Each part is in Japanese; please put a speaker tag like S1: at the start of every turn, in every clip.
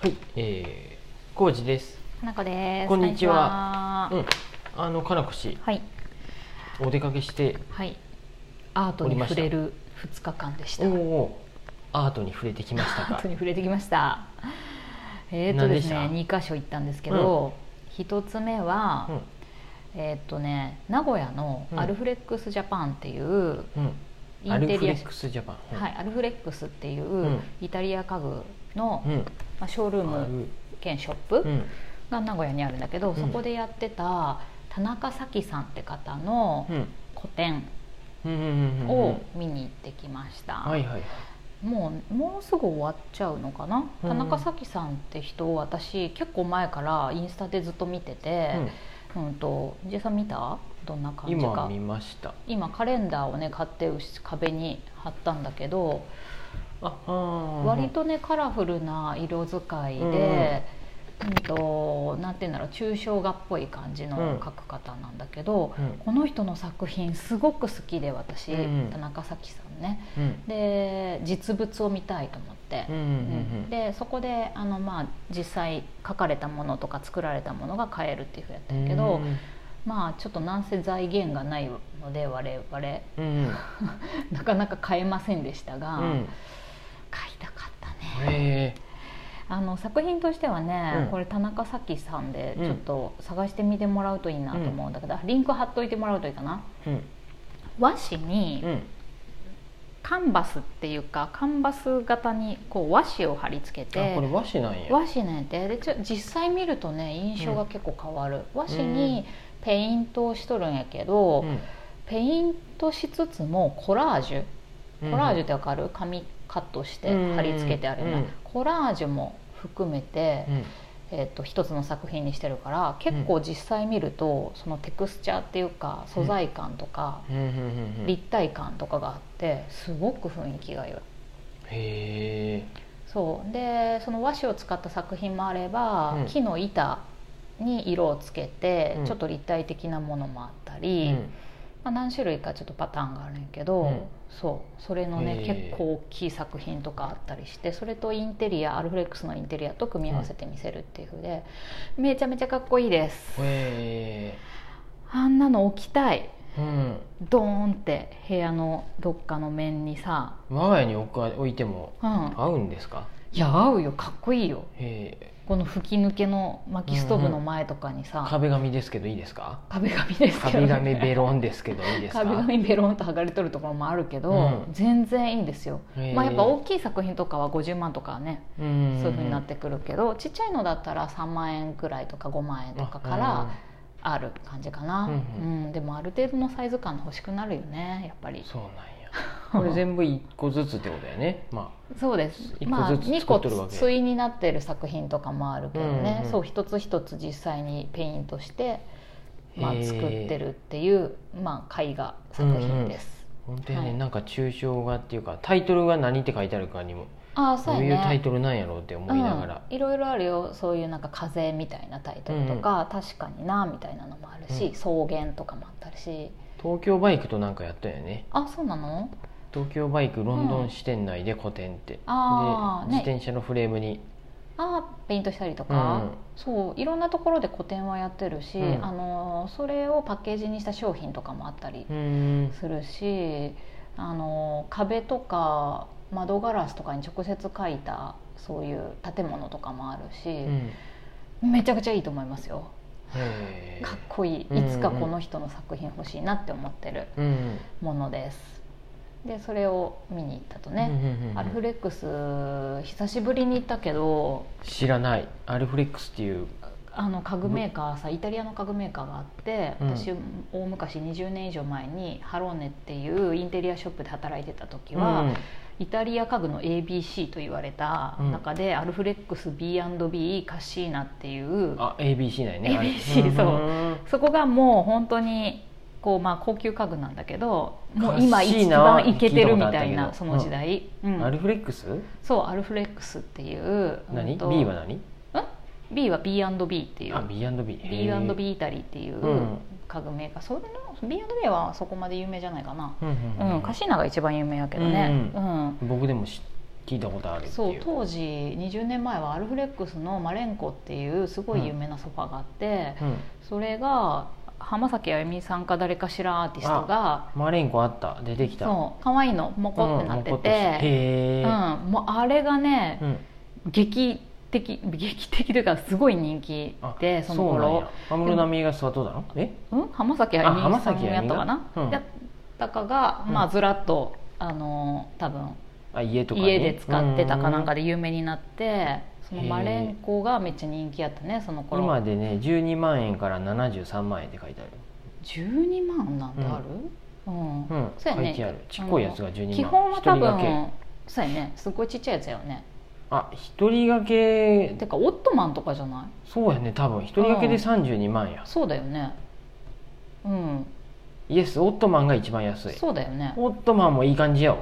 S1: はい、えー、コウジです。
S2: 花子です。
S1: こんにち
S2: は
S1: う。ん、あのかなこ氏、
S2: はい、
S1: お出かけして、
S2: はい。アートに触れる2日間でした。
S1: おおー、アートに触れてきました
S2: アー
S1: か
S2: ト。に触れてきました。えっ、とですね、
S1: 何
S2: 2箇所行ったんですけど、一つ目は、
S1: うん、
S2: えっ、とね、名古屋のアルフレックスジャパンっていう
S1: うん、
S2: イ
S1: ア
S2: ン
S1: ル
S2: テ
S1: フ
S2: リ
S1: レ
S2: ア、
S1: ックスジャパン。
S2: はい、アルフレックスってい
S1: ん
S2: うイタリア家具の、
S1: うん、
S2: まあ、ショールー
S1: あ
S2: ム
S1: る
S2: 兼ショップ、
S1: うん、
S2: が名古屋にあるんだけど、
S1: うん
S2: そこでやってた田中咲さんって方の
S1: うん、
S2: 個展
S1: うん、うん、うん、
S2: を見に行ってきました、
S1: はいはいはい。
S2: もうもうすぐ終わっちゃうのかな、
S1: うん
S2: 田中咲さんって人を私結構前からインスタでずっと見てて、うん、とジェイさん見たどんな
S1: う
S2: 感
S1: ん、
S2: じか
S1: 今見ました。
S2: 今カレンダーをね買って壁に貼ったんだけど
S1: あ、あー
S2: 割、とねカラフルな色使いで、うんとなんて言うんだろう抽象画っぽい感じの
S1: うん
S2: 描く方なんだけど、
S1: うん、
S2: この人の作品すごく好きで私、
S1: うんうん
S2: 田中咲さんね
S1: うん、
S2: で実物を見たいと思って
S1: うん、う、
S2: うん
S1: ん、
S2: でそこであの、まあ、実際描かれたものとか作られたものが買えるっていうふうやったん
S1: うん、
S2: やけど、
S1: うん
S2: まあちょっとなんせ財源がないので我々
S1: うん、
S2: なかなか買えませんでしたが、
S1: うん、
S2: 買いたかったね。
S1: へえ、
S2: あの作品としてはね、
S1: うん
S2: これ田中咲さんでちょっと探してみてもらうといいなと思うんだけど、あリンク貼っといてもらうといいかな
S1: うん、
S2: 和紙に
S1: うん、
S2: カンバスっていうかカンバス型にこう和紙を貼り付け
S1: あ、これ
S2: て
S1: 和紙なんや。
S2: 和紙なんてでちょ実際見るとね印象が結構変わる、和紙にペイントをしとるんやけど、
S1: うん
S2: ペイントしつつもコラージュコラージュってわかる紙カットして貼り付けてあるような、
S1: うん
S2: コラージュも含めて、
S1: うん、
S2: えー、と一つの作品にしてるから結構実際見ると、そのテクスチャーっていうか素材感とか、
S1: うん、うん、うん、うん、
S2: 立体感とかがあってすごく雰囲気が良い
S1: へえ、
S2: そうでその和紙を使った作品もあれば、
S1: うん
S2: 木の板に色をつけて、
S1: うん
S2: ちょっと立体的なものもあっ
S1: う
S2: たり、
S1: ん、
S2: まあ、何種類かちょっとパターンがあるんやけど、
S1: うん
S2: そうそれのね
S1: へえ
S2: 結構大きい作品とかあったりしてそれとインテリアアルフレックスのインテリアと組み合わせて見せるっていうふうで、めちゃめちゃかっこいいです
S1: へえ。
S2: あんなの置きたい
S1: うん、
S2: ドーンって部屋のどっかの面にさ、
S1: 我が家に置か置いても
S2: うん、
S1: 合うんですか
S2: いや合うよかっこいいよ
S1: へえ
S2: この吹き抜けの薪ストーブの前とかにさ、
S1: 壁紙ですけどいいです か
S2: 壁紙ですけど、
S1: 壁紙ベロンですけどいいですか
S2: 壁紙ベロンと剥がれとるところもあるけど、
S1: うん
S2: 全然いいんですよ、
S1: へえ
S2: まあ、やっぱ大きい作品とかは50万とかはね
S1: そう
S2: そ
S1: い
S2: ういうふうになってくるけど、ちっちゃいのだったら3万円くらいとか5万円とかからある感じかな、
S1: う
S2: うんんでもある程度のサイズ感欲しくなるよねやっぱり
S1: そうなんやこれ全部一個ずつってことだよねま
S2: そうです
S1: 一個
S2: まあ
S1: ずつ
S2: 2
S1: 作
S2: 個
S1: っとるわけ
S2: 対になってる作品とかもあるけどね、
S1: うんうん
S2: そう一つ一つ実際にペイントして、まあ
S1: へ、え
S2: 作ってるっていう、まあ、絵画作品です、
S1: あ本当やね、
S2: はい
S1: なんか抽象画っていうかタイトルが何って書いてあるかにも
S2: ああそ
S1: ど
S2: う
S1: う
S2: やね
S1: いうタイトルなんやろうって思いながら、
S2: うん、いろいろあるよそういうなんか風みたいなタイトルとか、確かになみたいなのもあるし、
S1: うん
S2: 草原とかもあったりし
S1: 東京バイクとなんかやったんやね
S2: あそうなの
S1: 東京バイクロンドン支店内で個展って、で
S2: あーね
S1: 自転車のフレームに
S2: あペイントしたりとか、
S1: うん
S2: そういろんなところで個展はやってるし、
S1: うん
S2: あのーそれをパッケージにした商品とかもあったり
S1: うん
S2: するし、あのー壁とか窓ガラスとかに直接描いたそういう建物とかもある
S1: う
S2: し、
S1: ん
S2: めちゃくちゃいいと思いますよ。
S1: へえ
S2: かっこいい
S1: うんうん
S2: いつかこの人の作品欲しいなって思ってる
S1: うん
S2: ものですでそれを見に行ったと
S1: うん
S2: ね、
S1: うんうんうん
S2: アルフレックス久しぶりに行ったけど
S1: 知らないアルフレックスっていう
S2: あの家具メーカーさイタリアの家具メーカーがあって
S1: うん
S2: 私大昔20年以上前にハローネっていうインテリアショップで働いてた時は、
S1: うん
S2: イタリア家具の ABC と言われた中で、アルフレックス B&B カッシーナっていう
S1: あ ABC ないね
S2: ABC そう
S1: う
S2: そこがもう本当にこうまあ高級家具なんだけどもう今
S1: カッシー
S2: 一
S1: ナは
S2: 番イケてるみた
S1: 聞いたことあ
S2: い
S1: ったけ
S2: な
S1: ど
S2: その時代、うん
S1: アルフレックス
S2: そうアルフレックスっていう
S1: 何
S2: うんと
S1: B は何
S2: B は B&B ってい
S1: あ
S2: う
S1: B&B へー
S2: B&B イタリーっていう
S1: うん
S2: 家具メーカーそれの B&B はそこまで有名じゃないかな、
S1: うんうん
S2: うんカシーナが一番有名やけどね、
S1: う
S2: うん
S1: 僕でも知っ聞いたことあるっていう
S2: そう当時20年前はアルフレックスのマレンコっていうすごい有名なソファがあって、
S1: うん
S2: それが浜崎あゆみさんか誰かしらアーティストが
S1: マレンコあった出てきた
S2: そう可愛いのモコってなってて、う
S1: へ
S2: ん
S1: え、
S2: もうあれがね、
S1: うん
S2: 劇的劇的というかすごい人気
S1: あ
S2: でその
S1: うなん
S2: 頃
S1: や安室奈美恵が座っとったのえ
S2: うん、浜崎あゆみ
S1: あ浜
S2: さん
S1: 崎あゆ
S2: やっ
S1: み
S2: た
S1: が
S2: かな、
S1: うん
S2: やったかが、まあ、
S1: うん
S2: ずらっとあの多分
S1: あ家とか、ね、
S2: 家で使ってたかなんか
S1: で
S2: で有名になってそのマレンコがめっちゃ人気やったねその頃
S1: 今でね12万円から73万円って書いてある
S2: 12万なんてあるうん、
S1: うん
S2: そうや
S1: 書
S2: ね
S1: いてあるちっこいやつが12万
S2: 基本は
S1: 一
S2: 多
S1: 人掛け
S2: 分そうやねすごいちっちゃいやつやよね
S1: あ一人掛け
S2: てかオットマンとかじゃない
S1: そうやね多分一人掛けで
S2: うん
S1: 32万や、
S2: そうだよねうん
S1: イエスオットマンが一番安い
S2: そうだよね
S1: オットマンもいい感じやわ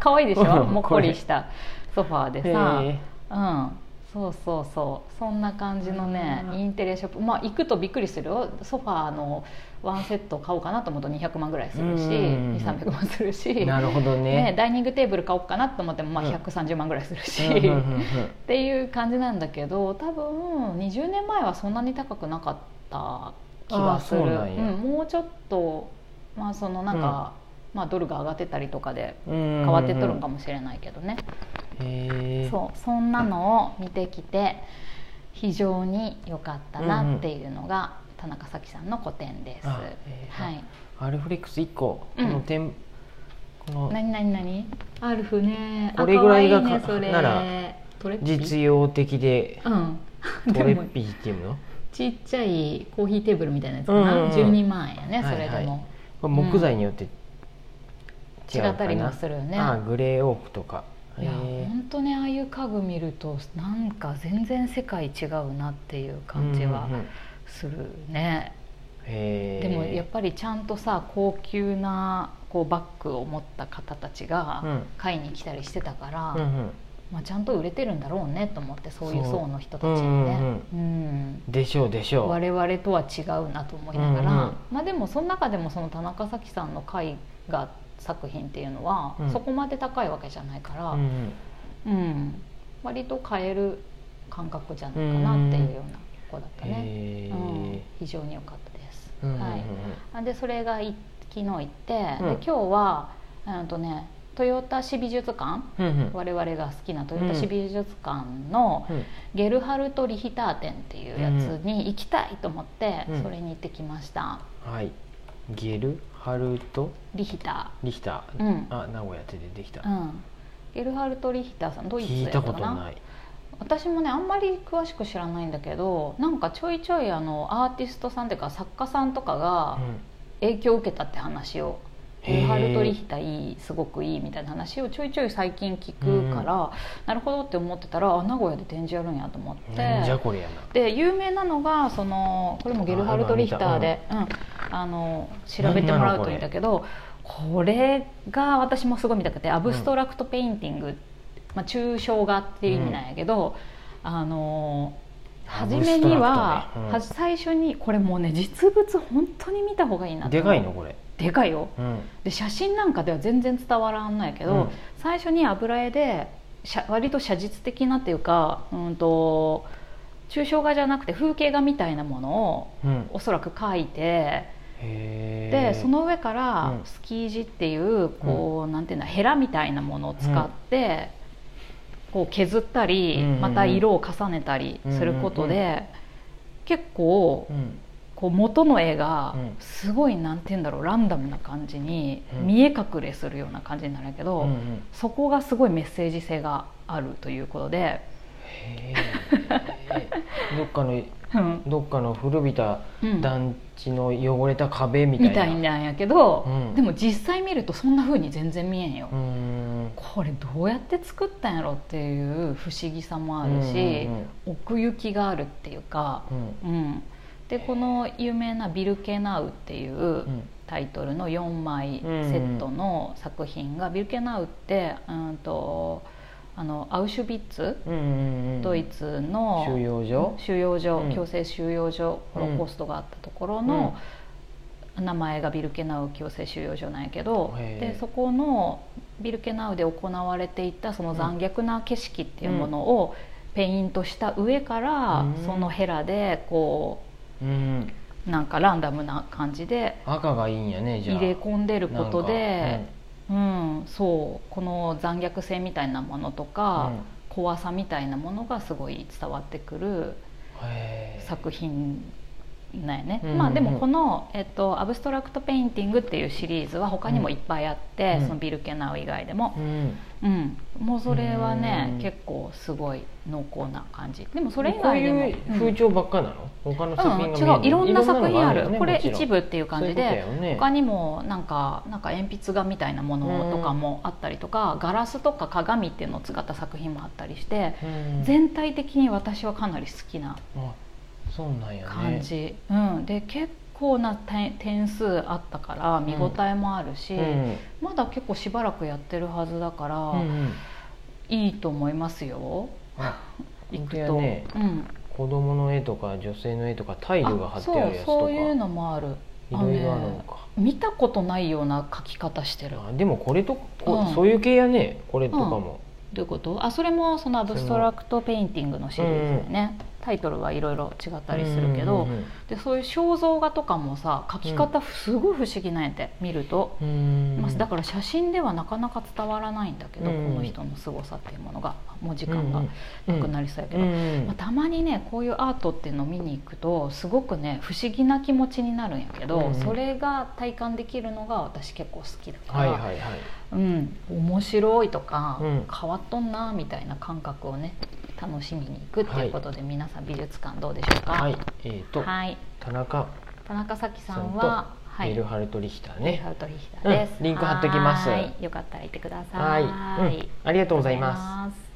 S2: 可愛いでしょ
S1: うん
S2: もっこりしたソファーで
S1: へ
S2: さ
S1: え
S2: うんそうそうそうそんな感じのね
S1: うん
S2: インテリアショップまあ行くとびっくりするよソファーのワンセット買おうかなと思うと200万ぐらいするし
S1: うんうんうん
S2: 2300万するし、
S1: なるほど
S2: ね
S1: ね
S2: ダイニングテーブル買おうかなと思ってもまあ
S1: うん
S2: 130万ぐらいするし、
S1: うんうんうんう
S2: っ
S1: ん
S2: ていう感じなんだけど多分20年前はそんなに高くなかった気はする
S1: あーそうなんや
S2: うんもうちょっとまあそのなんか、まあ、ドルが上がってたりとかで
S1: 変
S2: 変わってとるんかもしれないけどね、
S1: へえ
S2: そうそんなのを見てきて非常に良かったなっていうのが田中咲さんの個展です。
S1: あえー
S2: はい。
S1: アルフレックス1個こ
S2: うん
S1: の点、この
S2: 何何何？アルフね。あ
S1: これぐらいが
S2: 可愛ね
S1: か
S2: それ
S1: なら
S2: トレッピー
S1: 実用的で
S2: うん。
S1: トレ
S2: でも
S1: ッピーっていうの
S2: ちっちゃいコーヒーテーブルみたいなやつか
S1: うんうんう
S2: な。
S1: ん
S2: 十二万円やね。それ
S1: は
S2: で
S1: いは
S2: も
S1: これ木材によって違う
S2: 違
S1: かな、
S2: ったりもするよね。
S1: あグレーオークとか
S2: いや
S1: へ
S2: 本当ねああいう家具見るとなんか全然世界違うなっていう
S1: ー
S2: 感じ
S1: う
S2: は
S1: んうんうん
S2: するね。
S1: へ
S2: で
S1: ー
S2: もやっぱりちゃんとさ高級なこうバッグを持った方たち
S1: う
S2: が
S1: ん
S2: 買いに来たりしてたから、
S1: うんうん
S2: まあ、ちゃんと売れてるんだろうねと思ってそういう
S1: そう
S2: 層の人たちにね、うん
S1: でしょうでしょう
S2: 我々とは違うなと思いながら、
S1: うんうん
S2: まあ、でもその中でもその田中咲さんの絵画作品っていうのは、
S1: うん
S2: そこまで高いわけじゃないから、
S1: う
S2: うんん
S1: うん
S2: 割と買える感覚じゃないかなっていうような子だったね、
S1: へ
S2: うん
S1: ー、
S2: 非常に良かったです。
S1: うんうんうん
S2: はいあでそれがい昨日行って、
S1: うん
S2: で今日はうんとね豊田市美術館
S1: うんうん
S2: 我々が好きな豊田市美術館の
S1: うん
S2: ゲルハルト・リヒター展っていうやつに行きたいと思って、
S1: うん
S2: それに行ってきました
S1: はいゲルハルト
S2: リヒタ
S1: リヒター、
S2: うん
S1: あ名古屋って出てきた、
S2: ー、うん、ゲルハルト・リヒターさんドイツ
S1: 聞い
S2: やったた
S1: こ
S2: か
S1: と
S2: な
S1: ない
S2: 私もねあんまり詳しく知らないんだけどなんかちょいちょいあのアーティストさんっていうか作家さんとか
S1: うん
S2: が、影響を受けたって話を
S1: へー
S2: ルハルトリヒタいいすごくいいみたいな話をちょいちょい最近聞くから、なるほどって思ってたらあ名古屋で展示やるんやと思っ
S1: なんじゃ
S2: て
S1: これやな
S2: で有名なのがそのこれもゲルハルト・リヒターでうんあの調べてもらうといいんだけどこれが私もすごい見たくてアブストラクト・ペインティング、まあ、抽象画っていう意味なんやけど、あの初めに
S1: アブ
S2: は
S1: ストラ、クトねうん
S2: は最初にこれもうね実物本当に見た方がいいなと
S1: で
S2: 思う
S1: かいのこれ、
S2: でかいよ
S1: うん、
S2: で写真なんかでは全然伝わらんないけど、
S1: うん
S2: 最初に油絵でしゃ割と写実的なっていうかうんと抽象画じゃなくて風景画みたいなものを
S1: うん、
S2: おそらく描いて
S1: へー
S2: でその上か
S1: う
S2: ら
S1: ん
S2: スキージっていうこう、なんていうんだヘラみたいなものを使って、こう削ったり、
S1: うんうんうん
S2: また色を重ねたりすることで、
S1: うん
S2: 結構
S1: うん
S2: こう元の絵が
S1: うん
S2: すごいなんて言うんだろうランダムな感じに
S1: うん
S2: 見え隠れするような感じになるけど、
S1: うんうん、
S2: そこがすごいメッセージ性があるということで、
S1: へーどっかの
S2: うん
S1: どっかの古びた
S2: うん
S1: 団地の汚れた壁みたい
S2: み
S1: な
S2: たいなんやけど、
S1: うん
S2: でも実際見るとそんな風に全然見えんよ、
S1: うーん
S2: これどうやって作ったんやろっていう不思議さもあるし、
S1: うん
S2: 奥行きがあるっていうか、
S1: うんうん
S2: うん、でこの有名な「ビルケナウ」っていう、
S1: うん
S2: タイトルの4枚セットの作品が、ビルケナウってうんとあのアウシュビッツ、
S1: うんうんうん
S2: ドイツの
S1: 収容所
S2: 収容所
S1: うん
S2: 強制収容所、
S1: うん
S2: ホロコーストがあったところの、名前がビルケナウ強制収容所なんやけど
S1: へえ
S2: でそこのビルケナウで行われていたその残虐な景色っていうものをペイントした上から、
S1: うん
S2: そのヘラでこ
S1: うん
S2: うなんかランダムな感じで
S1: 赤がいいんやねじゃあ
S2: 入れ込んでること
S1: なん
S2: で
S1: か、
S2: うんそうこの残虐性みたいなものとか、
S1: うん
S2: 怖さみたいなものがすごい伝わってくる
S1: うんへえ
S2: 作品なんやね、
S1: うん
S2: まあでもこの、えっと「アブストラクト・ペインティング」っていうシリーズは他にもいっぱいあって、
S1: うん
S2: そのビルケナウ以外でも
S1: う、ん
S2: うんもうそれはね、
S1: うん
S2: 結構すごい濃厚な感じでもそれ以
S1: こう
S2: 外でも
S1: いう風潮ばっかなの、他の作
S2: うん
S1: 品が見え
S2: うん、違ういろんな作
S1: の
S2: 品
S1: が
S2: ある
S1: よね
S2: これ
S1: もちろん
S2: 一部っていう感じで
S1: そういうことだよね
S2: 他にもなんかなんか鉛筆画みたいなものとかもあったりとか、ガラスとか鏡っていうのを使った作品もあったりして、
S1: うん
S2: 全体的に私はかなり好きな
S1: あそうなんやね
S2: 感じ、うん、で結構な点点数あったから見応えもあるし、
S1: うん
S2: まだ結構しばらくやってるはずだから、
S1: うんうん
S2: いいと思いますよ
S1: あ
S2: 行
S1: 本
S2: く
S1: 当
S2: と、
S1: やね
S2: うん、
S1: 子供の絵とか女性の絵とかタイルが貼
S2: あ
S1: ってあ
S2: そ
S1: る
S2: う
S1: やつとか
S2: そういうのもある
S1: いろいろある
S2: あの
S1: の
S2: ね
S1: か
S2: 見たことないような書き方してるど
S1: あでもこれとこ、
S2: うん
S1: そういう系やねこれとかも、
S2: ういうことあそれもそのアブストラクトペインティングのシリーズだよね、タイトルはいろいろ違ったりするけど、
S1: うんうん
S2: でそういう肖像画とかもさ書き方すごい不思議なんやって見ると、
S1: うん
S2: まあだから写真ではなかなか伝わらないんだけど、
S1: うん
S2: この人の凄さっていうものがもう時間がなくなりそうやけど、
S1: うんうん
S2: まあたまにねこういうアートっていうのを見に行くとすごくね不思議な気持ちになるんやけど、
S1: うん
S2: それが体感できるのが私結構好きだから、
S1: はいはいはい
S2: うん、面白いとか、
S1: うん
S2: 変わっとんなみたいな感覚をね楽しみに行くっていうことで、皆さん美術館どうでしょうか
S1: はいえー、と、
S2: はい
S1: 田中
S2: 田中咲さ
S1: さん
S2: ん
S1: と
S2: は、はい、
S1: メルハルトリヒター
S2: メル
S1: ね
S2: ハルトリヒターです、
S1: うんリンク貼っときます
S2: はーいよかったら行ってください、
S1: はいうんありがとうございます
S2: す